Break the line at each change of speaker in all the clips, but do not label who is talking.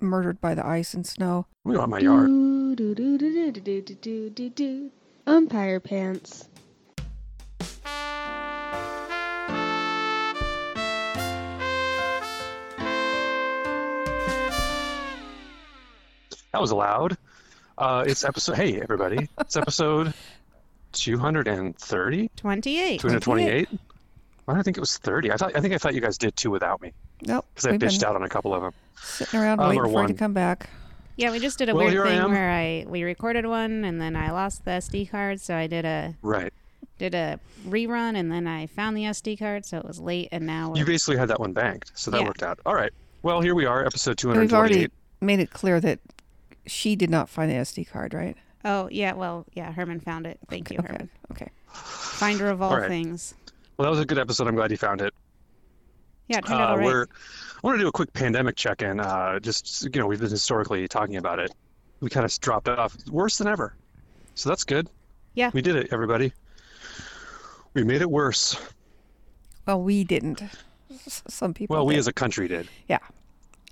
murdered by the ice and snow.
We don't have my yard.
Do, do, do, do, do, do, do, do, do. Umpire pants.
That was loud. Uh, it's episode. hey, everybody! It's episode 230,
28.
228. I don't think it was 30. I thought. I think I thought you guys did two without me
Nope.
because I
we've been
bitched out on a couple of them.
Sitting around
Um,
waiting
or
for it to
one.
come back.
Yeah, we just did a
Well,
weird
here I
thing
am.
where I we recorded one and then I lost the SD card, so I did a
Right.
did a rerun and then I found the SD card, so it was late and now
You
we're,
basically had that one banked, so that
Yeah.
worked out. All right. Well, here we are, episode
And we've
228.
already made it clear that she did not find the SD card, right?
oh yeah, well yeah, Herman found it. Thank you,
Okay.
Herman.
Okay.
Finder of all
All right.
things.
Well, that was a good episode. I'm glad you found it.
Yeah, it turned out
Uh,
all right.
we're, I want to do a quick pandemic check-in. Uh, just you know, we've been historically talking about it. We kind of dropped off worse than ever, so that's good.
Yeah.
we did it, everybody. We made it worse.
Well, we didn't. S- Some people.
Well, we
did.
as a country did.
yeah.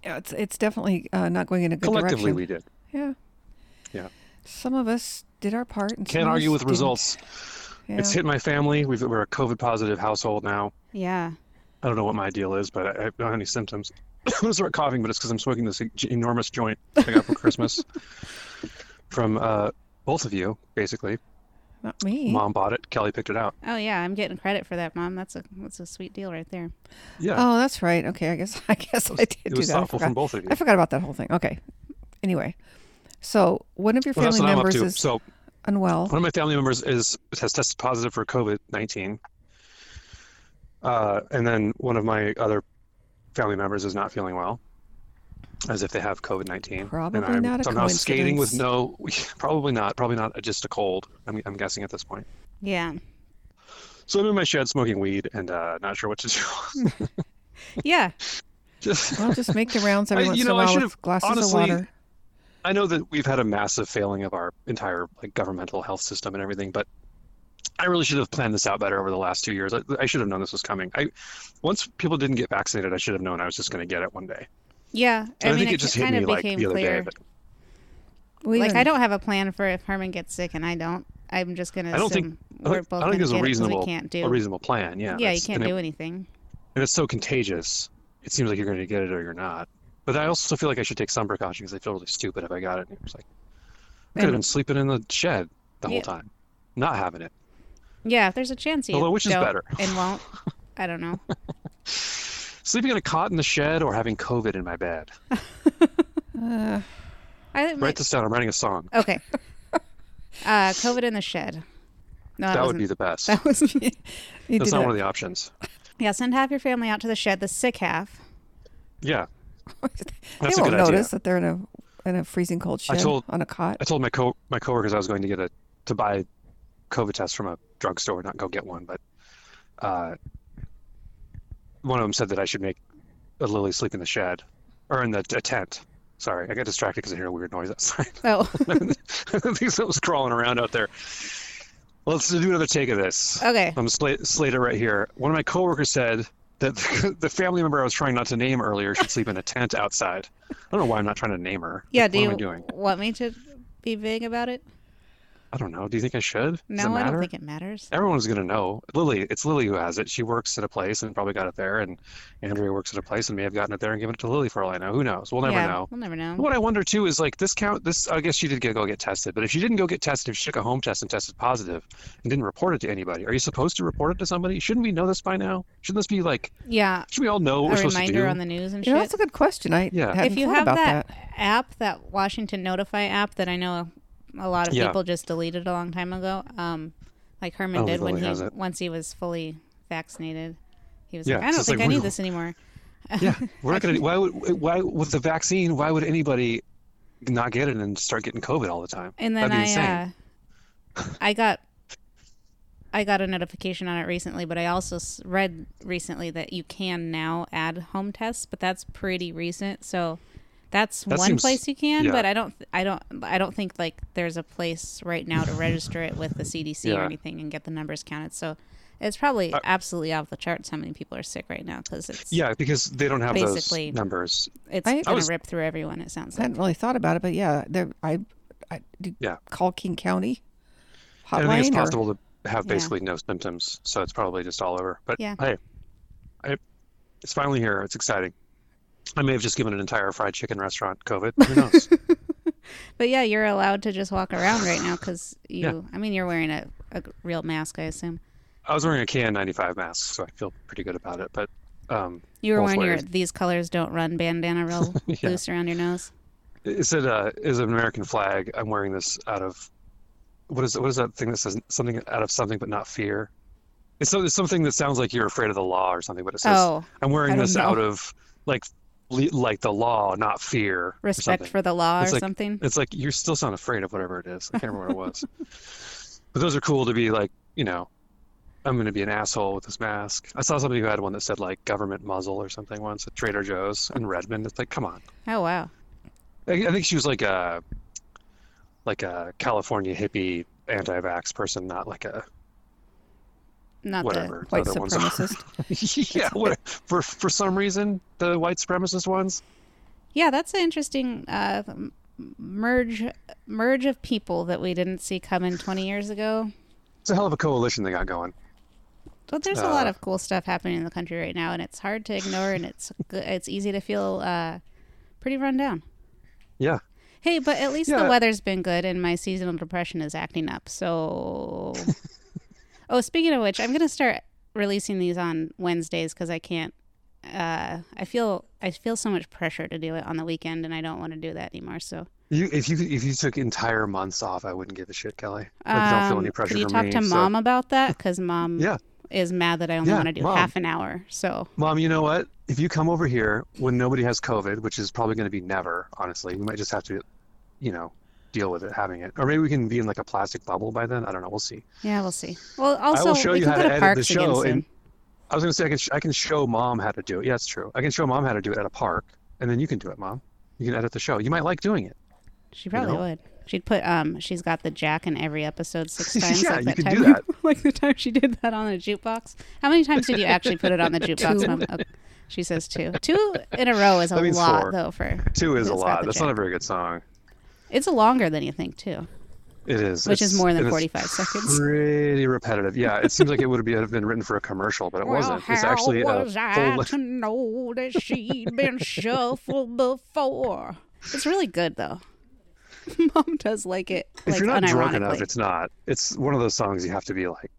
Yeah, It's it's definitely uh, not going in a good
Collectively,
direction.
we did.
Yeah.
Yeah.
Some of us did our part. And some
Can't
of
argue
us
with
didn't.
results.
Yeah.
It's hit my family. We've, we're a COVID-positive household now.
Yeah.
I don't know what my deal is, but I, I don't have any symptoms. I'm gonna start coughing, but it's because I'm smoking this enormous joint I got for Christmas from uh, both of you, basically.
Not me.
Mom bought it. Kelly picked it out.
Oh yeah, I'm getting credit for that, Mom. That's a that's a sweet deal right there.
Yeah.
Oh, that's right. Okay, I guess I guess I did
it
do
was
that. I
thoughtful
forgot.
from both of you.
I forgot about that whole thing. Okay. Anyway, so one of your
Well, that's
family
what I'm up
members
to.
is
So
unwell.
one of my family members is has tested positive for COVID nineteen, uh, and then one of my other family members is not feeling well, as if they have COVID nineteen.
Probably
and I'm
not a
somehow skating with no,
coincidence.
probably not, probably not just a cold. I'm, I'm guessing at this point.
Yeah.
So I'm in my shed smoking weed and uh, not sure what to do.
Yeah.
just
Well, just make the rounds every
I-
once
you
in a
know, I
while with
should've-
glasses
honestly,
of water.
I know that we've had a massive failing of our entire like governmental health system and everything, but I really should have planned this out better over the last two years. I, I should have known this was coming. I once people didn't get vaccinated, I should have known I was just going to get it one day.
Yeah.
And I,
mean
think it just hit
kind
me
of
like
became
the other
clear.
day. But
We
like
even-
I don't have a plan for if Herman gets sick and I don't. I'm just gonna.
I don't think-
assume
I
we're
don't,
both
I don't think
gonna
there's a
get it
reasonable
'cause we can't do.
a reasonable plan. Yeah,
yeah, you
that's-
can't
and
do
it.
anything.
And it's so contagious. It seems like you're going to get it or you're not. But I also feel like I should take some precautions. I feel really stupid if I got it. And it's like I could have
And-
been sleeping in the shed the whole
Yeah.
time, not having it.
Yeah, if there's a chance you
Although, which is
don't
better?
and won't. I don't know.
Sleeping on a cot in the shed or having COVID in my bed.
Uh,
I think
Write this down. I'm writing a song.
okay. Uh, COVID in the shed. No, that,
that would
wasn't.
be the best.
that was me.
you did
That's not
that.
one of the options.
Yeah, send half your family out to the shed, the sick half.
Yeah,
they
that's a
won't
good
notice
idea.
that they're in a in a freezing cold
I
shed
told-
on a cot.
I told my co my coworkers I was going to get a to buy COVID tests from a drugstore, not go get one, but uh, one of them said that I should make a Lily sleep in the shed or in the a tent. Sorry, I got distracted because I hear a weird noise outside.
Oh,
I think something's crawling around out there. Let's do another take of this.
okay.
I'm Um, Sla- Slater right here. One of my coworkers said that the, the family member I was trying not to name earlier should sleep in a tent outside. I don't know why I'm not trying to name her.
Yeah,
Like,
do
what
you
am I doing?
want me to be vague about it?
I don't know. Do you think I should? Does it
No, I
matter?
don't think it matters.
Everyone's gonna know. Lily, it's Lily who has it. She works at a place and probably got it there, and Andrea works at a place and may have gotten it there and given it to Lily for all I know. Who knows? We'll never
yeah,
know.
We'll never know.
What I wonder too is like this count. This I guess she did get, go get tested, but if she didn't go get tested, if she took a home test and tested positive and didn't report it to anybody, are you supposed to report it to somebody? Shouldn't we know this by now? Shouldn't this be like
Yeah,
Should we all know what
a
we're supposed to do?
reminder on the news and
You know,
shit.
that's a good question. I
Yeah.
hadn't
if you
thought
have
about
that, app, that Washington Notify app that I know a lot of
Yeah.
people just deleted a long time ago, um, like
I
Herman
don't
did
think
when
Lily
he
has it.
once he was fully vaccinated, he was
Yeah,
like,
so
I don't
it's
think
like,
I
we
need
don't-
this anymore.
yeah, we're not gonna. Why would why with the vaccine? Why would anybody not get it and start getting COVID all the time?
And then
That'd be
I, uh, I got, I got a notification on it recently, but I also s- read recently that you can now add home tests, but that's pretty recent, so. That's
That
one
seems-
place you can,
yeah.
but I don't, I don't, I don't think like there's a place right now to register it with the CDC or
Yeah.
anything and get the numbers counted. So It's probably
Uh,
absolutely off the charts how many people are sick right now because it's
Yeah, because they don't have
Basically-
those numbers.
it's
I- I
gonna
was-
rip through everyone. It sounds
I
like
hadn't really thought about it, but yeah, there, I, I did
Yeah.
call King County
I don't think
hotline.
it's
or-
possible to have
Yeah.
basically no symptoms, so it's probably just all over. But
Yeah.
hey, I, it's finally here. It's exciting. I may have just given an entire fried chicken restaurant COVID. Who knows?
But yeah, you're allowed to just walk around right now because you. I mean, you're wearing a, a real mask, I assume.
I was wearing a KN95 mask, so I feel pretty good about it. But um,
You were
Both
wearing your
ways.
"These colors don't run" bandana real
Yeah.
loose around your nose.
is it a is an American flag? I'm wearing this out of what is what is that thing that says something out of something but not fear? It's, so, it's something that sounds like you're afraid of the law or something, but it says
oh,
I'm
I
wearing
don't
this
know.
out of like le- like the law, not fear. or
respect
something.
for the law
It's
or
like-
something.
It's like you still sound afraid of whatever it is. I can't remember what it was. But those are cool to be like, you know, I'm going to be an asshole with this mask. I saw somebody who had one that said like government muzzle or something once at Trader Joe's in Redmond. It's like, come on.
Oh wow,
I, I think she was like a like a California hippie anti-vax person, not like a
not
whatever
White
other ones are.
supremacist.
yeah, what, for for some reason the white supremacist ones.
the. Yeah, that's an interesting uh, m- merge merge of people that we didn't see coming 20 years ago.
It's a hell of a coalition they got going.
Well, there's a lot
Uh,
of cool stuff happening in the country right now, and it's hard to ignore, and it's go- it's easy to feel uh, pretty run down.
Yeah.
Hey, but at least the
Yeah.
weather's been good, and my seasonal depression is acting up. So, oh, speaking of which, I'm gonna start releasing these on Wednesdays because I can't. Uh, I feel I feel so much pressure to do it on the weekend, and I don't want to do that anymore. So,
You, if you if you took entire months off, I wouldn't give a shit, Kelly. Like, Oh, don't feel
um,
any pressure
Could you
from
talk
me,
to
so-
mom about that? Because mom
Yeah,
is mad that I only
Yeah,
want to do
Mom.
half an hour. So,
mom. You know what? If you come over here when nobody has COVID, which is probably going to be never, honestly, we might just have to, you know, deal with it having it, or maybe we can be in like a plastic bubble by then. I don't know. We'll see.
Yeah, we'll see. Well, also,
show
we
you
can
how
go
to
to,
edit the
parks again
show
soon.
and- I was going to say I can sh- I can show mom how to do it. Yeah, it's true. I can show mom how to do it at a park, and then you can do it, mom. You can edit the show. You might like doing it.
She probably
know?
would. She'd put um, she's got the jack in every episode six
Yeah, you
times. like that
could
time,
do that.
like the time she did that on the jukebox. How many times did you actually put it on the jukebox?
Two.
Mom? Oh, she says two. Two in a row is a
That means
lot,
four.
though. For
Two is a
It's got
lot.
the
That's not a very good song.
it's longer than you think too,
It is.
which is
It's-
more
and
than
it's
forty five seconds.
Pretty repetitive. Yeah, it seems like it would have been- have been written for a commercial, but it wasn't. It's actually
how
a
was I
full.
to know that she'd been shuffled before? It's really good though. Mom does like it.
if
like,
you're not drunk
unironically.
enough, it's not. It's one of those songs you have to be like.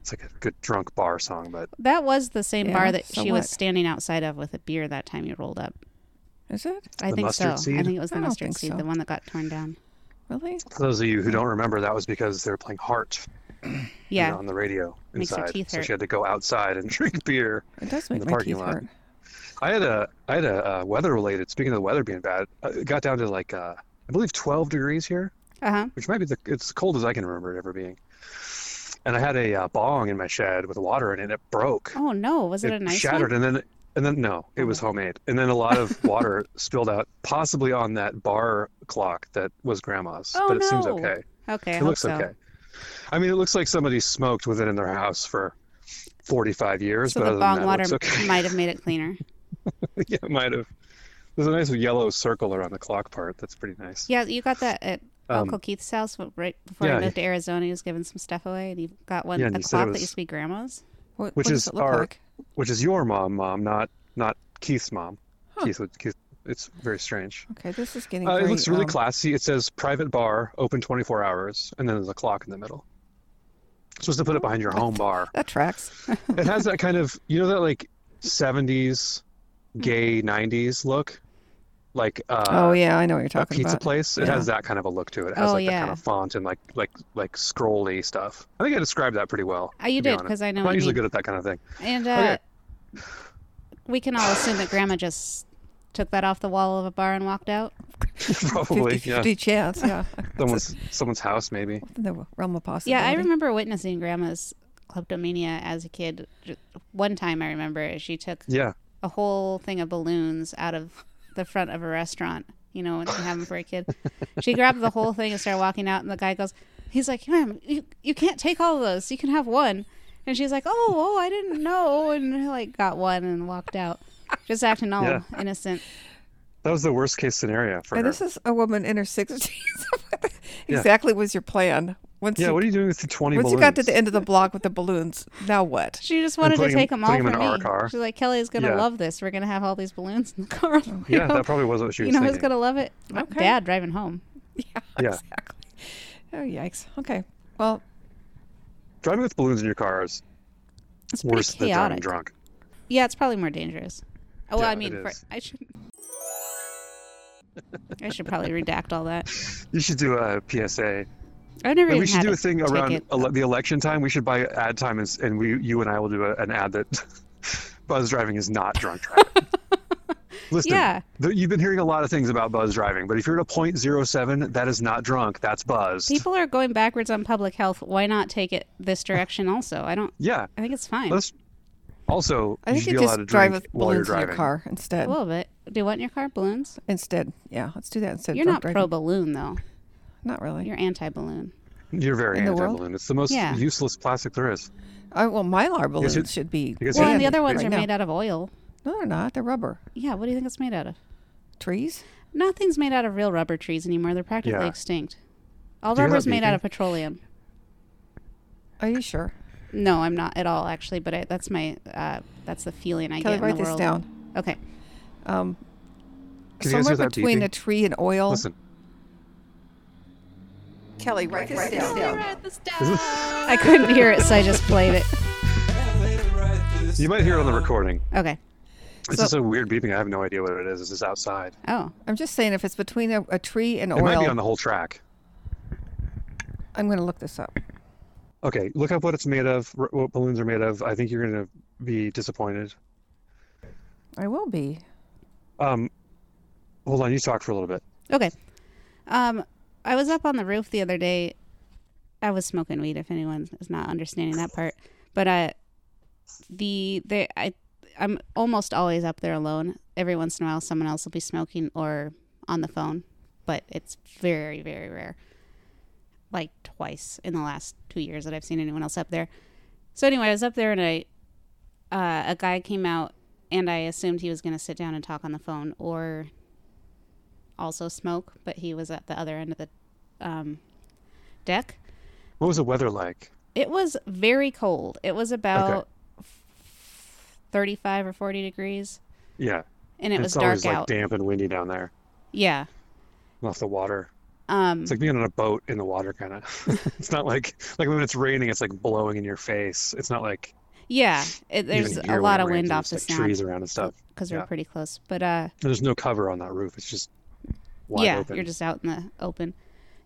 It's like a good drunk bar song, but
That was the same
Yeah,
bar that
so
she
what?
was standing outside of with a beer that time you rolled up.
Is it
I
The
think so.
mustard
I
seed?
think it was the
I don't
mustard
think
seed,
so.
the one that got torn down.
really?
for those of you who don't remember, that was because they were playing Heart you know,
Yeah.
on the radio
Makes her
inside,
teeth
so
hurt.
she had to go outside and drink beer.
It does
In
make
the
my
parking
teeth
lot.
hurt.
I had a I had a uh, weather related. Speaking of the weather being bad, uh, it got down to like uh, I believe 12 degrees here.
Uh huh.
which might be the it's cold as I can remember it ever being. And I had a uh, bong in my shed with water in it. and It broke.
Oh no, was it, a nice
shattered,
one? Oh.
and then and then no, it was homemade. And then a lot of water spilled out, possibly on that bar clock that was grandma's.
Oh,
but it seems
no.
okay.
Okay, I
it
hope
looks
so.
okay. I mean, it looks like somebody smoked with it in their house for 45 years.
So
but
the
other than
bong
that,
water
It's okay.
might have made it cleaner.
yeah, it might have. There's a nice yellow circle around the clock part. That's pretty nice.
Yeah, you got that at
Um,
Uncle Keith's house wh- right before
yeah,
he moved to Arizona. He was giving some stuff away, and you got one
Yeah,
a
and he said it
clock that
was-
used to be grandma's.
What, what
Which is
does it look
our-
like?
which is your mom, mom, not not Keith's mom.
Huh.
Keith, would- Keith, it's very strange.
Okay, this is getting.
Uh,
very,
it looks really
um,
classy. It says private bar, open 24 hours, and then there's a clock in the middle. supposed to put it behind your home bar.
That tracks.
It has that kind of, you know, that like 70s, gay 90s look, like uh,
oh yeah, I know what you're
a
talking
pizza
about.
place. It
Yeah.
has that kind of a look to it. It has
Oh,
like that
yeah.
kind of font and like like like scrolly stuff. I think I described that pretty well.
Oh, you
to be
did
honest.
because I know
I'm
what
not
you
usually
mean.
good Oh, at that kind of thing.
And uh,
Okay.
we can all assume that Grandma just took that off the wall of a bar and walked out.
Probably,
50,
yeah.
50 chance, yeah.
Someone's someone's house maybe.
In the realm of possibility.
Yeah, I remember witnessing Grandma's kleptomania as a kid. Ju- One time, I remember she took
Yeah.
a whole thing of balloons out of the front of a restaurant. You know, when they have them for a kid, she grabbed the whole thing and started walking out. And the guy goes, "He's like, ma'am, you you can't take all of those. You can have one." And she's like, "Oh, oh, I didn't know," and like got one and walked out, just acting all
Yeah.
innocent.
That was the worst case scenario for
And
her.
this is a woman in her 60s. exactly was your plan. Once,
yeah,
you,
what are you doing with the twenty?
once
balloons?
you got to the end of the block with the balloons, now what?
She just wanted to
putting 'em-
take them all
putting 'em
from
in our
me.
car.
She's like, "Kelly is gonna
Yeah.
love this. We're gonna have all these balloons in the car." all the way
yeah,
home.
that probably was what she was
you know who's
thinking.
gonna love it? My
Okay.
Dad driving home.
Yeah,
Yeah.
exactly. Oh, yikes. Okay. Well,
Driving with balloons in your car is
It's pretty
worse than driving
chaotic.
drunk.
Yeah, it's probably more dangerous. Oh, well,
Yeah,
I
it
mean, for,
is.
I should. I should probably redact all that.
You should do a PSA.
I've
Like,
never even
we should
had
do a thing around
ticket.
ele- the election time. We should buy ad time, and, and we, you and I will do a, an ad that buzz driving is not drunk driving. Listen,
Yeah.
th- you've been hearing a lot of things about buzz driving, but if you're at a .07, that is not drunk. That's buzzed.
People are going backwards on public health. Why not take it this direction? Also, I don't.
yeah.
I think it's fine.
Let's. Also,
I
you
think
should
you
be allowed
just
to
drive
drink
with
while you're
balloons in
driving.
your car instead.
a little bit. Do you want in your car balloons?
instead, yeah, let's do that instead. of
You're
drunk
not pro
driving.
balloon though.
Not really.
You're anti balloon.
You're very
in the world.
anti-balloon. It's the most
Yeah.
useless plastic there is.
I, Oh, well, mylar balloons
it-
should be.
because it-
Well, and
handy
the other ones
right
are
now.
made out of oil.
No, they're not. They're rubber.
Yeah. What do you think it's made out of?
Trees?
Nothing's made out of real rubber trees anymore. They're practically
Yeah.
extinct. All
Do you hear
rubber's
that
made out
beeping?
of petroleum.
Are you sure?
No, I'm not at all actually. But I, that's my uh, that's the feeling I
Kelly,
get.
write
in the
this
world.
down.
Okay.
Um,
Can you guys
somewhere
hear that
between
beeping?
a tree and oil.
Listen,
Kelly, write this down.
I couldn't hear it, so I just played it.
you might hear it on the
uh,
recording.
Okay.
It's just a weird beeping. I have no idea what it is. This is outside.
Oh.
I'm just saying, if it's between a, a tree and
It might be
oil,
on the whole track.
I'm going to look this up.
Okay, look up what it's made of, r- what balloons are made of. I think you're going to be disappointed.
I will be.
Um, hold on, you talk for a little bit.
Okay. Um, I was up on the roof the other day. I was smoking weed. If anyone is not understanding that part, but uh, the they I I'm almost always up there alone. Every once in a while, someone else will be smoking or on the phone, but it's very very rare. Like twice in the last two years that I've seen anyone else up there. So anyway, I was up there and I uh, a guy came out and I assumed he was going to sit down and talk on the phone or also smoke, but he was at the other end of the um, deck.
What was the weather like?
It was very cold. It was about f- 35 or 40 degrees,
Yeah,
and it
it's
was
always
dark
like
out.
damp and windy down there,
Yeah.
off the water.
Um,
It's like being on a boat in the water, kind of. it's not like like when it's raining, it's like blowing in your face. It's not like
yeah. It, there's
even here
a
when
lot
it
of
rains
wind
and
off the
there's, like,
sound
trees around and stuff.
because
yeah.
we're pretty close. But uh,
There's no cover on that roof. It's just wide
yeah,
open.
you're just out in the open.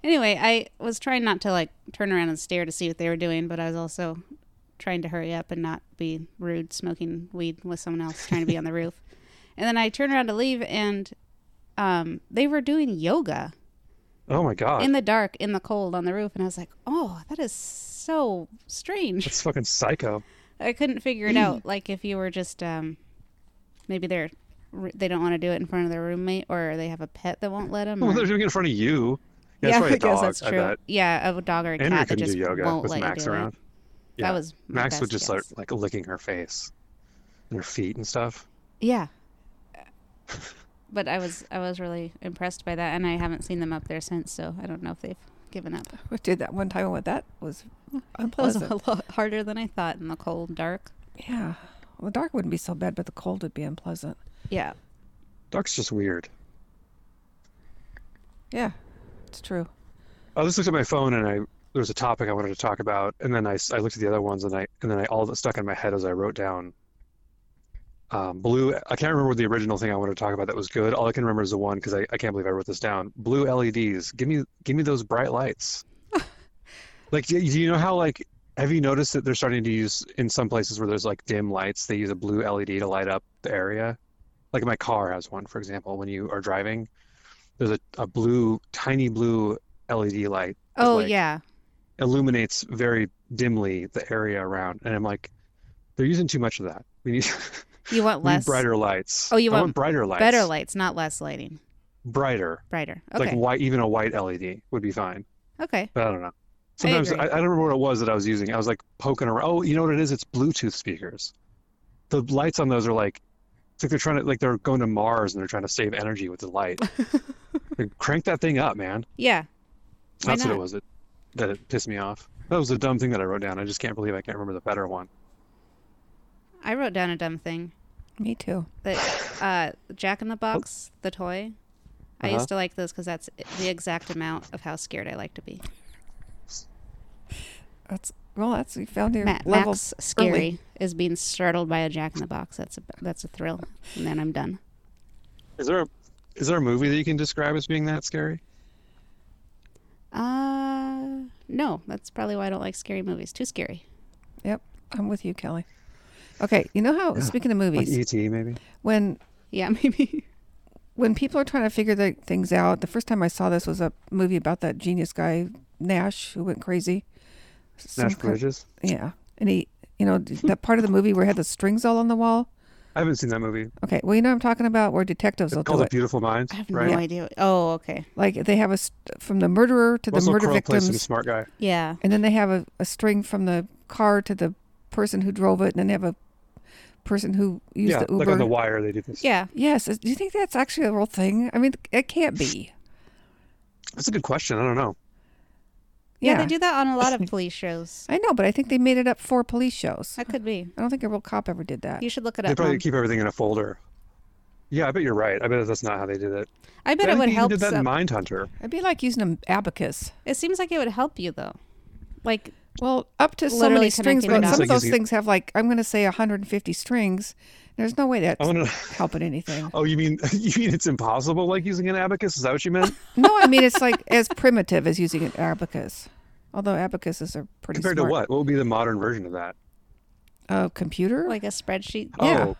Anyway, I was trying not to like turn around and stare to see what they were doing, but I was also trying to hurry up and not be rude smoking weed with someone else trying to be on the roof. And then I turned around to leave and um, they were doing yoga
oh my god,
in the dark, in the cold, on the roof. And I was like, oh, that is so strange.
that's fucking psycho.
I couldn't figure it out. Like if you were just, um, maybe they're, they don't want to do it in front of their roommate or they have a pet that won't let them.
Well, they're doing it in front of you. Yeah,
Yeah,
it's probably
I
a dog.
guess that's
I
true.
bet.
Yeah, a dog or a
Andrew
cat that
couldn't
just
do yoga
won't
with
let
Max
you do
around.
It.
Yeah.
That was my
Max would
best
just
guess.
start like licking her face, and her feet and stuff.
Yeah. but I was I was really impressed by that, and I haven't seen them up there since, so I don't know if they've given up.
We did that one time with that was
It was
unpleasant.
a lot harder than I thought in the cold, dark.
yeah. Well, the dark wouldn't be so bad, but the cold would be unpleasant.
Yeah.
Dark's just weird.
Yeah, it's true.
I just looked at my phone and I there was a topic I wanted to talk about, and then I, s- I looked at the other ones and I and then I all that stuck in my head as I wrote down. Um, blue. I can't remember the original thing I wanted to talk about that was good. All I can remember is the one because I, I can't believe I wrote this down. Blue LEDs. Give me give me those bright lights. Like do do you know how like have you noticed that they're starting to use in some places where there's like dim lights they use a blue LED to light up the area. Like my car has one, for example. When you are driving, there's a, a blue tiny blue LED E light that,
Oh
like,
yeah.
illuminates very dimly the area around. And I'm like, they're using too much of that. We need,
You want
we need
less
brighter lights.
Oh, you
I
want
brighter lights.
better lights, not less lighting.
Brighter.
Brighter.
Like
Okay.
white, even a white LED E would be fine.
okay.
But I don't know. Sometimes I,
agree.
I, don't remember what it was that I was using. I was like poking around. Oh, you know what it is? It's Bluetooth speakers. The lights on those are like, it's like they're trying to like they're going to Mars and they're trying to save energy with the light. Like, Crank that thing up, man.
Yeah. Why
That's what
not?
it was that, that it pissed me off. That was a dumb thing that I wrote down. I just can't believe I can't remember the better one.
I wrote down a dumb thing.
Me too.
But uh, Jack in the Box, the toy. I
Uh-huh.
used to like those because that's the exact amount of how scared I like to be.
That's well. That's you found your
Ma-
level
Max scary
early.
is being startled by a Jack in the Box. That's a that's a thrill, and then I'm done.
Is there a, is there a movie that you can describe as being that scary?
Uh, no, that's probably why I don't like scary movies. Too scary.
Yep, I'm with you, Kelly. Okay, you know how speaking of
Like
movies,
E.T. maybe.
when
Yeah, maybe.
when people are trying to figure the things out, the first time I saw this was a movie about that genius guy Nash who went crazy. Some
Nash
kind-
Bridges.
yeah, and he, you know, that part of the movie where he had the strings all on the wall.
I haven't seen that movie.
Okay, well, you know what I'm talking about where detectives will
Called
do
The
it.
Beautiful Mind,
Oh, I have
right?
no idea. Oh, okay.
Like they have a st- from the murderer to the
Russell
murder
Crowe plays some
victims,
smart guy.
Yeah.
and then they have a, a string from the car to the person who drove it, and then they have a person who used
yeah,
the Uber.
like on The Wire, they do this.
Yeah.
Yes. is- Do you think that's actually a real thing? I mean, it can't be.
That's a good question. I don't know.
Yeah, they do that on a lot of police shows.
I know, but I think they made it up for police shows.
That could be.
I don't think a real cop ever did that.
You should look it
They
up.
probably
Mom.
keep everything in a folder. Yeah, I bet you're right. I bet that's not how they did it.
I bet
I
it
think
would
they even
help.
Did that in
some-
Mindhunter?
It'd be like using an abacus.
It seems like it would help you though. Like
Well, up to so
Literally
many strings,
connecting
but
it
some
up.
of those
It's like using-
things have like I'm going to say 150 strings. There's no way that's
I want to.
helping anything.
Oh, you mean you mean it's impossible? Like using an abacus? Is that what you meant?
No, I mean it's like as primitive as using an abacus. Although abacuses are pretty
Compared to
smart.
what? What would be the modern version of that?
A computer?
like a spreadsheet.
Yeah.
Oh,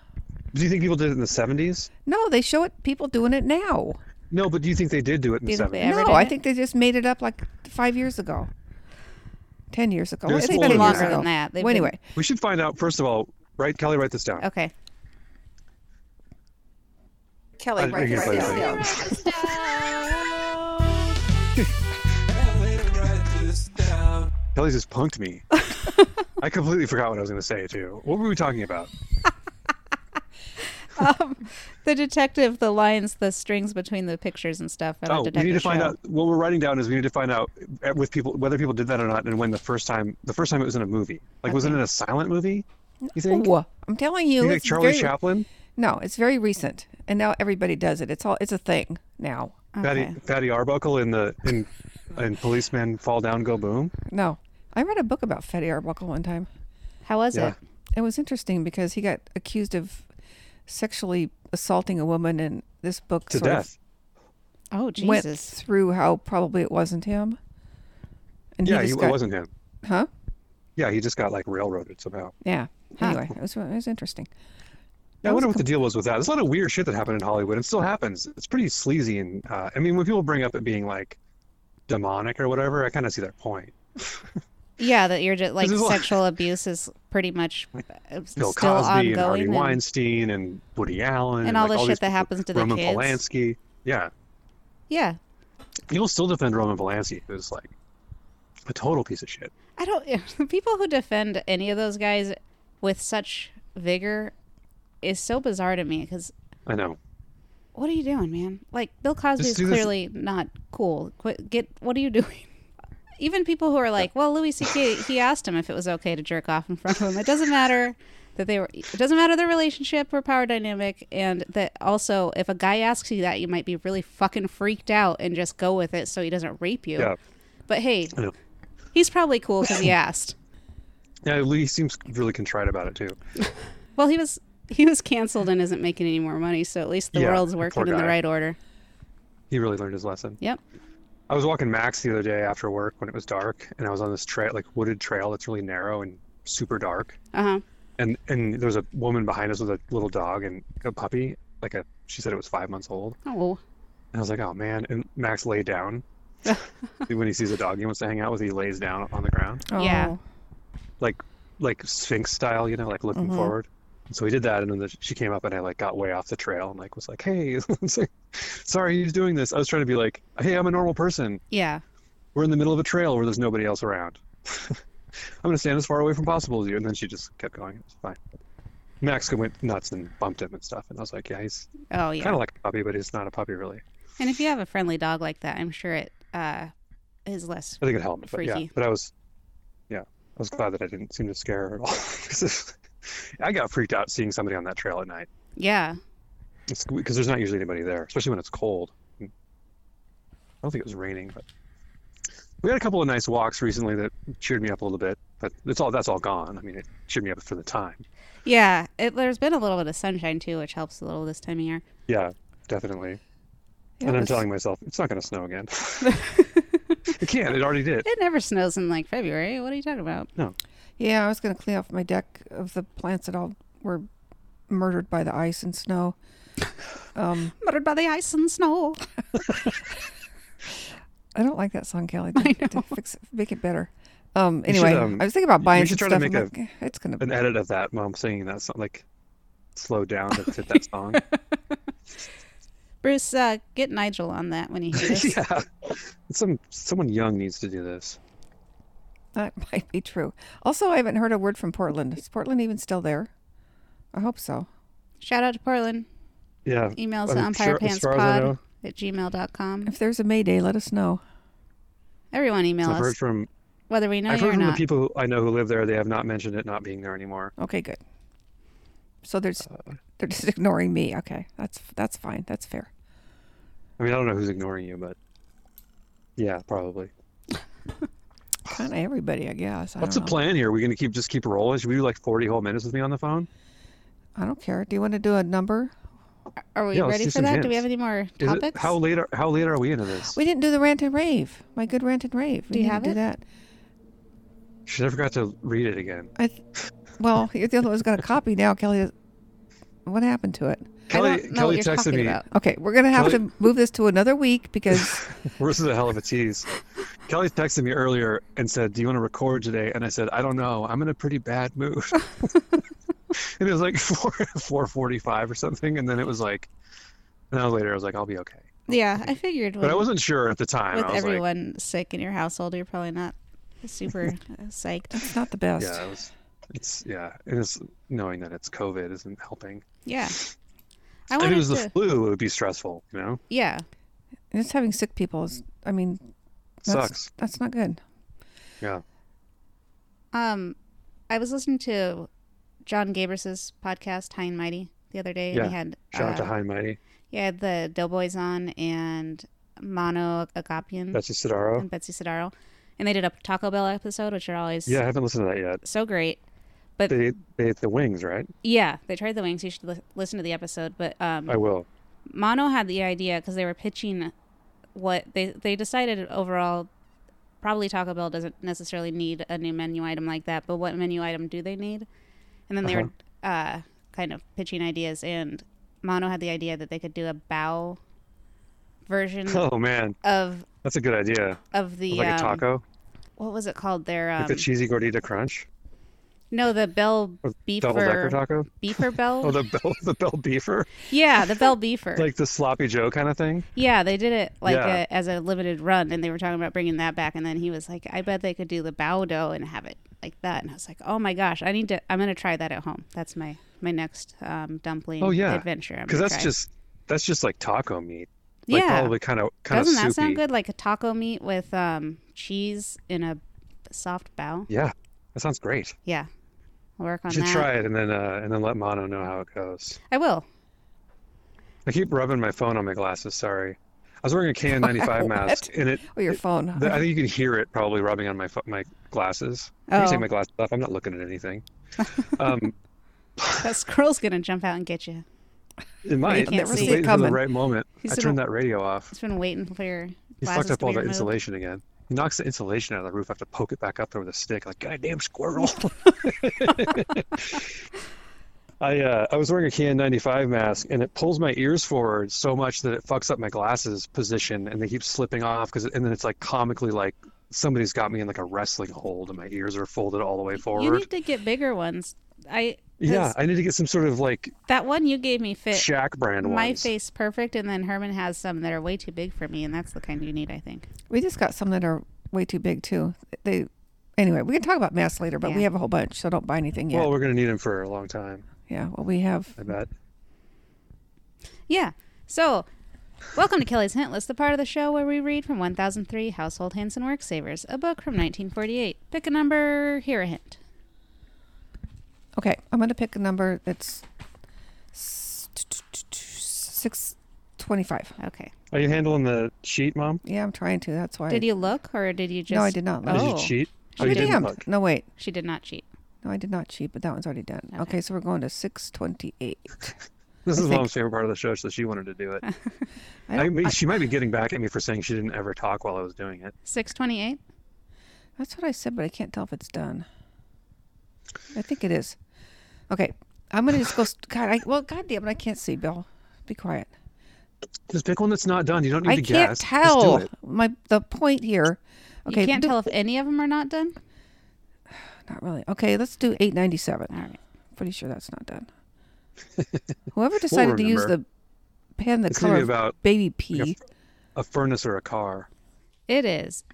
do you think people did it in the '70s?
no, they show it people doing it now.
No, but do you think they did do it in
Do
the
you think they
'70s?
ever
no,
did
I
it?
think they just made it up like five years ago, ten years ago.
They're
It's
still
been
doing
years
that.
ago.
Longer than that. They've
Well,
been-
anyway,
We should find out first of all. Right, Kelly, write this down.
Okay.
Kelly,
I- I
right,
can play
right,
this
right.
down. Kelly just punked me. I completely forgot what I was going to say too. What were we talking about?
The detective, the lines, the strings between the pictures and stuff. at a
Oh, we need to
detective
find
show.
out. What we're writing down is we need to find out uh, with people whether people did that or not, and when the first time the first time it was in a movie. Like, was it in a silent movie? You think?
Ooh, I'm telling you,
you think like
it's
Charlie
very,
Chaplin,
No, it's very recent, and now everybody does it. It's all it's a thing now.
Fatty,
Okay.
Fatty Arbuckle in the in in Policeman Fall Down Go Boom?
No, I read a book about Fatty Arbuckle one time.
How was
Yeah.
it?
It was interesting because he got accused of sexually assaulting a woman, and this book
To
sort of
death.
Oh
went
Jesus!
through how probably it wasn't him. And
yeah,
he,
he,
just
it
got,
wasn't him.
huh?
Yeah, he just got like railroaded somehow.
Yeah. Anyway, it was it was interesting.
Yeah, I wonder what the deal was with that. There's a lot of weird shit that happened in Hollywood and still happens. It's pretty sleazy. And uh, I mean, when people bring up it being like demonic or whatever, I kind of see their point.
Yeah, that you're just like
This is what-
sexual abuse is pretty much uh,
Bill
still
Cosby and Harvey
ongoing, and,
Weinstein and Woody Allen
and all
like,
the shit
these
that
people.
happens to the
Roman
kids.
Polanski. Yeah,
Yeah,
people still defend Roman Polanski, who's like a total piece of shit.
I don't. People who defend any of those guys with such vigor is so bizarre to me because
I know.
what are you doing, man? Like Bill Cosby
Just
is
do this-
clearly not cool. Quit, get what are you doing? Even people who are like, well, Louis C.K. he asked him if it was okay to jerk off in front of him. It doesn't matter that they were. It doesn't matter their relationship or power dynamic, and that also if a guy asks you that, you might be really fucking freaked out and just go with it so he doesn't rape you.
Yeah,
But hey,
I know.
he's probably cool because he asked.
Yeah, Lee seems really contrite about it too.
Well, he was he was canceled and isn't making any more money, so at least the
Yeah,
world's
poor
working in the
guy.
right order.
He really learned his lesson.
Yep.
I was walking Max the other day after work when it was dark, and I was on this trail, like wooded trail that's really narrow and super dark.
Uh huh.
and and there was a woman behind us with a little dog and a puppy like a she said it was five months old
Oh,
and i was like oh man and max lay down when he sees a dog he wants to hang out with he lays down on the ground
Oh.
Yeah.
like like sphinx style you know like looking
Mm-hmm.
Mhm.
forward and so he did that and then the, she came up and i like got way off the trail and like was like hey I was like, sorry he's doing this i was trying to be like hey i'm a normal person
yeah.
we're in the middle of a trail where there's nobody else around. I'm going to stand as far away from possible as you. And then she just kept going. It's fine. Max went nuts and bumped him and stuff. And I was like, yeah, he's
Oh yeah.
kind of like a puppy, but he's not a puppy really.
and if you have a friendly dog like that, I'm sure it uh, is less.
I think it helped. But yeah,
Freaky.
but I was, yeah, I was glad that I didn't seem to scare her at all. 'Cause it's- I got freaked out seeing somebody on that trail at night.
Yeah.
It's because there's not usually anybody there, especially when it's cold. I don't think it was raining, but we had a couple of nice walks recently that cheered me up a little bit. But it's all that's all gone. I mean, it cheered me up for the time.
Yeah. It, there's been a little bit of sunshine too, which helps a little this time of year.
Yeah, definitely.
Yeah,
and
it
I'm
was-
telling myself it's not going to snow again. it can't. It already did.
It never snows in like February. What are you talking about?
Yeah, I was going to clean off my deck of the plants that all were murdered by the ice and snow. Um,
Murdered by the ice and snow.
I don't like that song, Kelly.
I
To- to
know.
fix it, make it better. Um,
You should,
anyway,
um,
I was thinking about buying
should
some
try
stuff.
to
I'm like,
make
"Eh, it's going to.
An edit of that mom singing that song, like slow down to fit that song.
Bruce, uh, get Nigel on that when he hears this.
yeah, some someone young needs to do this.
That might be true. Also, I haven't heard a word from Portland. Is Portland even still there? I hope so.
Shout out to Portland.
Yeah,
Emails
I'm
to umpirepantspod
sure- as far as I know.
at gmail.com.
If there's a May Day, let us know.
Everyone email
I've heard
us,
from
whether we know
I've
you
heard
or
from the
not.
people I know who live there. They have not mentioned it not being there anymore.
Okay, good. So there's
Uh,
they're just ignoring me. Okay, that's that's fine. That's fair.
I mean, I don't know who's ignoring you, but yeah, probably.
Kind of everybody, I guess. I
What's the
don't know.
plan here? Are we going to keep just keep rolling? Should we do like forty whole minutes with me on the phone?
I don't care. Do you want to do a number?
Are we
Yeah, let's
ready
do
for
some
that? Do we
hints.
have any more
Is it-
topics?
how late are how late are we into this?
We didn't do the rant and rave. My good rant and rave. We
Do you
didn't
have
do
it?
that.
Should I forgot to read it again.
I th- well, you're the other one's got a copy now, Kelly. What happened to it?
Kelly
I don't know
Kelly
what you're
texted
talking
me.
about.
Okay, we're gonna have
Kelly-
to move this to another week because
This is a hell of a tease. Kelly texted me earlier and said, "Do you want to record today?" And I said, "I don't know. I'm in a pretty bad mood." and it was like four four forty five or something. And then it was like an hour later. I was like, "I'll be okay,"
Yeah, I figured
but I
with,
wasn't sure at the time.
with
I was
everyone sick in your household, you're probably not super uh, psyched.
it's not the best.
like, "Yeah, it was, it's yeah." And it's knowing that it's COVID isn't helping.
Yeah. I
If it
wanted
was the
to.
flu, it would be stressful. You know,
Yeah.
And just having sick people is. I mean, that's,
sucks.
That's not good.
Yeah.
Um, I was listening to John Gabris's podcast, High and Mighty, the other day.
Yeah.
And he had
Shout out to
uh,
High and Mighty.
Yeah, the Doughboys on and Mono Agapian
Betsy Sidaro.
Mm-hmm. and Betsy Sidaro. And they did a Taco Bell episode, which are always
Yeah, I haven't listened to that yet.
so great.
They they ate the wings, right?
Yeah, they tried the wings. You should li- listen to the episode. But um,
I will.
Mono had the idea because they were pitching what they they decided overall probably Taco Bell doesn't necessarily need a new menu item like that, but what menu item do they need? And then they
Uh-huh.
were uh, kind of pitching ideas, and Mono had the idea that they could do a bow version
Oh man,
of
that's a good idea.
of the
like
um,
a taco.
What was it called? Their um,
Like the cheesy gordita crunch,
no, the Bell
Or double decker
beefer
taco.
beefer
Oh,
bell.
the bell, the bell beefer,
yeah, the Bell beefer.
like the sloppy Joe kind of thing.
Yeah, they did it like
Yeah.
a, as a limited run, and they were talking about bringing that back. And then he was like, "I bet they could do the bao dough and have it like that." And I was like, "Oh my gosh, I need to. I'm gonna try that at home. That's my my next um, dumpling.
Oh, yeah.
adventure. I'm
Because
gonna
that's
try.
just that's just like taco meat. Like
yeah.
probably kind of kind
Doesn't
of
that
soupy.
sound good? Like a taco meat with um, cheese in a soft bao.
Yeah, that sounds great.
Yeah, I'll work on
you should
that.
try it and then uh, and then let Mono know how it goes.
I will.
I keep rubbing my phone on my glasses. Sorry, I was wearing a KN95 mask and it.
Or your phone.
I think you can hear it probably rubbing on my fo- my glasses. I'm
Oh,
gonna take my glasses off. I'm not looking at anything. Um,
that squirrel's gonna jump out and get you.
it might.
can't
I was
see it
waiting for the
coming.
right moment.
He's
I
in a-
turned that radio off.
It's been waiting for your
He
glasses
fucked up
to
all
be
the
removed.
insulation again. He knocks the insulation out of the roof. I have to poke it back up there with a stick. Like goddamn squirrel. I uh, I was wearing a KN95 mask and it pulls my ears forward so much that it fucks up my glasses position and they keep slipping off because and then it's like comically like somebody's got me in like a wrestling hold and my ears are folded all the way
You
forward.
need to get bigger ones. I 'cause
yeah, I need to get some sort of like
That one you gave me fit
Shaq brand
Eh, my
ones.
face perfect, and then Herman has some that are way too big for me, and that's the kind you need, I think.
We just got some that are way too big too. They anyway, we can talk about masks later, but we
Yeah.
have a whole bunch, so don't buy anything yet.
Well, we're going to need them for a long time,
yeah, well, we have
I bet.
Yeah. So, welcome to Kelly's Hint List, the part of the show where we read from 1003 Household Hints and Work Savers, a book from 1948. Pick a number, hear a hint.
okay. I'm going to pick a number that's s- t- t- t- t- six twenty-five.
Okay.
Are you handling the sheet, Mom?
Yeah, I'm trying to. That's why.
Did you look or did you just.
No, I did not look.
Did
Oh,
you cheat?
She
you
did.
didn't
Damn.
look.
No, wait.
she did not cheat.
No, I did not cheat, but that one's already done. Okay, so we're going to 628.
This is
think-
Mom's favorite part of the show, so she wanted to do it.
I
I
don't-
mean, she might be getting back at me for saying she didn't ever talk while I was doing it.
628?
That's what I said, but I can't tell if it's done. I think it is. Okay, I'm gonna just go. St- God, I, well, God damn it, I can't see, Bill. Be quiet.
Just pick one that's not done. You don't need
I
to
can't
guess. Just do
tell.
it.
My the point here. Okay,
you can't
do-
tell if any of them are not done?
Not really. Okay, let's do 897.
All right.
Pretty sure that's not done. Whoever decided to use the
remember.
pen the
It's gonna
color
be
of
about,
baby pea.
like, A furnace or a car.
It is.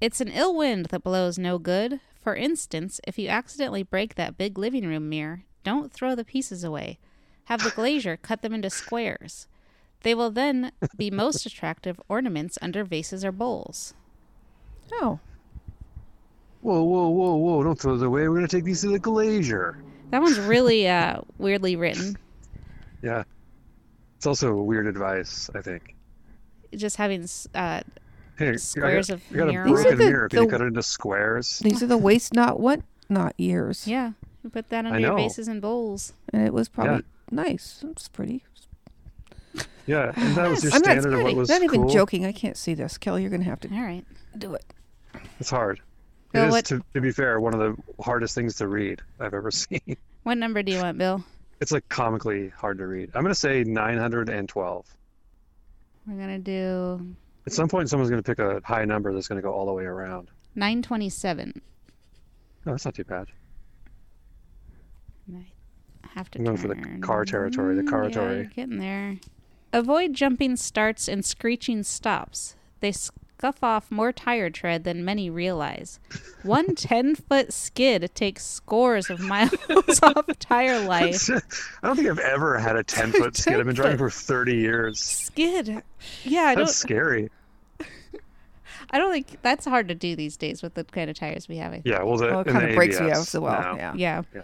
It's an ill wind that blows no good. For instance, if you accidentally break that big living room mirror, don't throw the pieces away. Have the glazier cut them into squares. They will then be most attractive ornaments under vases or bowls.
oh,
Whoa, whoa, whoa, whoa! Don't throw those away. We're gonna take these to the glazier.
That one's really uh, weirdly written.
Yeah, it's also weird advice. I think.
Just having s- uh,
Hey,
Squares
I
of
got, I got a
mirror.
These are
broken
the-
mirror. Can you
the-
cut it into squares?
these are the waste not what not years.
yeah, you put that under
know.
your vases and bowls.
and it was probably nice. It's pretty.
Yeah, and that was your
I'm not,
standard of
not
what
e-
was
not even
cool.
joking. I can't see this, Kelly. You're gonna have to
All right.
do it.
It's hard.
Bill,
it is,
what-
to, to be fair, one of the hardest things to read I've ever seen.
What number do you want, Bill?
It's like comically hard to read. I'm gonna say 912.
We're gonna do
At some point, someone's gonna pick a high number that's gonna go all the way around.
nine twenty-seven.
No, that's not too bad.
I have to
I'm going for the
turn.
car territory, the car
Mm, yeah, you're
territory.
getting there. Avoid jumping starts and screeching stops. They scuff off more tire tread than many realize. One 10 foot skid takes scores of miles off tire life.
I don't think I've ever had a 10 foot skid. I've been driving for 30 years.
Skid. Yeah, I
That's
don't
scary.
I don't think that's hard to do these days with the kind of tires we have. I think.
Yeah, well, the,
Well, it
and
kind
the
of breaks you
ABS
out as well.
now.
Yeah.
Yeah.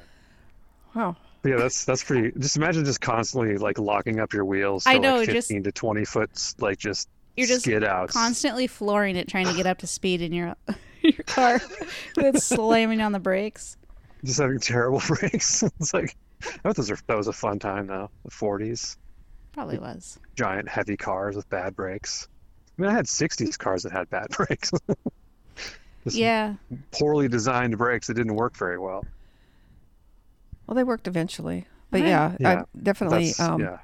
Wow.
But yeah, that's that's pretty. Just imagine just constantly like locking up your wheels. To,
I know,
like,
just-
15 to 20 foot, like just
You're just
skid outs.
Constantly flooring it trying to get up to speed in your your car. it's slamming on the brakes.
Just having terrible brakes. it's like I thought those are, that was a fun time though. The 40s,
Probably was.
giant heavy cars with bad brakes. I mean, I had 60s cars that had bad brakes, Just-
Yeah.
poorly designed brakes that didn't work very well.
Well, they worked eventually, but
Right.
yeah,
Yeah,
I, definitely
That's-
um,
yeah.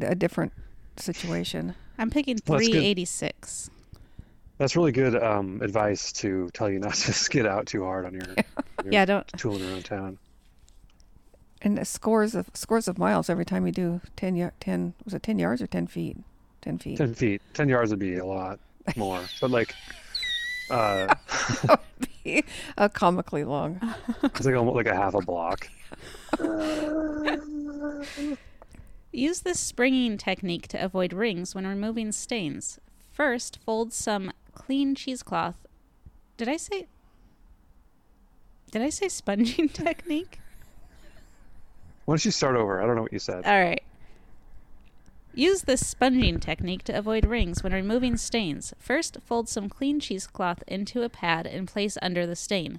a different situation.
I'm picking
Well, that's good.
386.
That's really good um, advice to tell you not to skid out too hard on your, your
Yeah, don't.
tooling around town.
And the scores of scores of miles every time you do 10, ya- 10 was it ten yards or ten feet? Ten feet.
Ten feet, ten yards would be a lot more, but like, uh,
uh, comically long.
it's like almost like a half a block.
Use this springing technique to avoid rings when removing stains. First, fold some clean cheesecloth. Did I say? Did I say sponging technique?
Why don't you start over? I don't know what you said.
All right. Use this sponging technique to avoid rings when removing stains. First, fold some clean cheesecloth into a pad and place under the stain.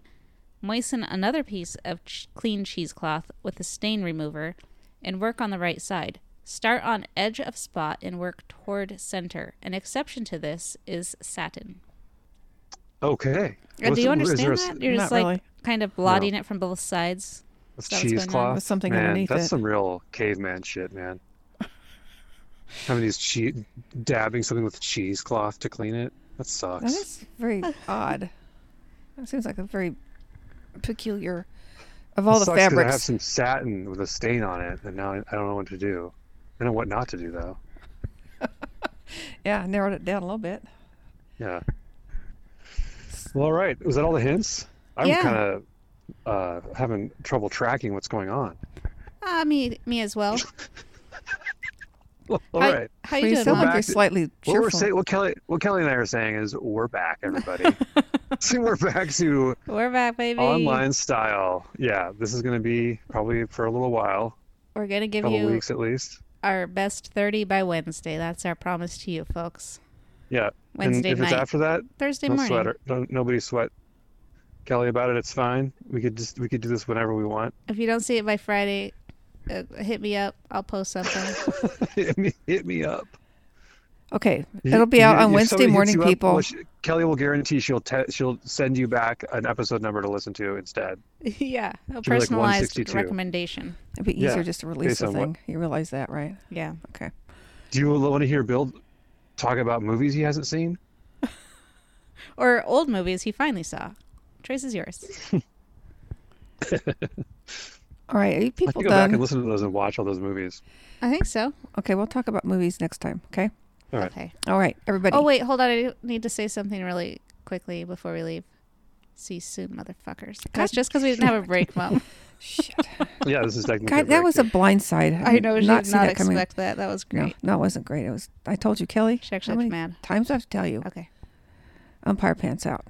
Moisten another piece of ch- clean cheesecloth with the stain remover and work on the right side. Start on edge of spot and work toward center. An exception to this is satin.
Okay.
Uh,
What's-
Do you
is there
understand
a s-
that? You're just
Not
like
really.
kind of blotting it from both sides.
With
That's what's going on.
cheesecloth.
With something
man,
underneath
That's
it.
some real caveman shit, man. Having these che- dabbing something with cheesecloth to clean it. That
That
sucks.
is very odd. That seems like a very peculiar of all
It
the
sucks 'cause I have
fabrics.
some satin with a stain on it, and now I, I don't know what to do. I know what not to do though.
Yeah, narrowed it down a little bit.
Yeah. Well, all right. Was that all the hints? I'm
Yeah.
kind of uh, having trouble tracking what's going on.
Ah, me, me as well.
Well, all
Hi-
right.
How
Well,
you
you
doing,
sound
Mom?
like
back
you're
to-
slightly
What we're
cheerful.
saying, what Kelly, what Kelly and I are saying is, we're back, everybody. so we're back to
We're back, baby.
online style. Yeah, this is going to be probably for a little while,
We're gonna
a
give
couple
you
weeks at least.
our best thirty by Wednesday. That's our promise to you, folks.
Yeah.
Wednesday
and if
night.
it's after that,
Thursday
no
morning.
sweat. or- No, nobody sweat, Kelly, about it. It's fine. We could just we could do this whenever we want.
If you don't see it by Friday, uh, hit me up. I'll post something.
hit me, hit me up.
Okay,
You-
it'll be
you-
out on
if
Wednesday
somebody hits
morning,
you up,
people.
well, she- Kelly will guarantee she'll te- she'll send you back an episode number to listen to instead.
yeah, a
be like
personalized
162.
recommendation.
It'd be
yeah,
easier just to release
based
the
on what-
thing. You realize that, right?
Yeah.
Okay.
Do you want to hear Bill talk about movies he hasn't seen?
Or old movies he finally saw. Choice is yours.
All right, are you
I
people
can go back and
done?
listen to those and watch all those movies.
I think so.
Okay, we'll talk about movies next time. Okay.
All right.
Okay.
All right, everybody.
Oh wait, hold on. I need to say something really quickly before we leave. See you soon, motherfuckers. That's just because we didn't have a break, mom.
Shit.
Yeah, this is technically. a
God, that
break.
was a blind side.
I know. She
not
did
seen
not
that coming.
expect that. That was
No,
great.
no, it wasn't great. It was. I told you, Kelly.
She actually
how
looked
many
mad.
times do I have to tell you?
Okay.
Umpire pants out.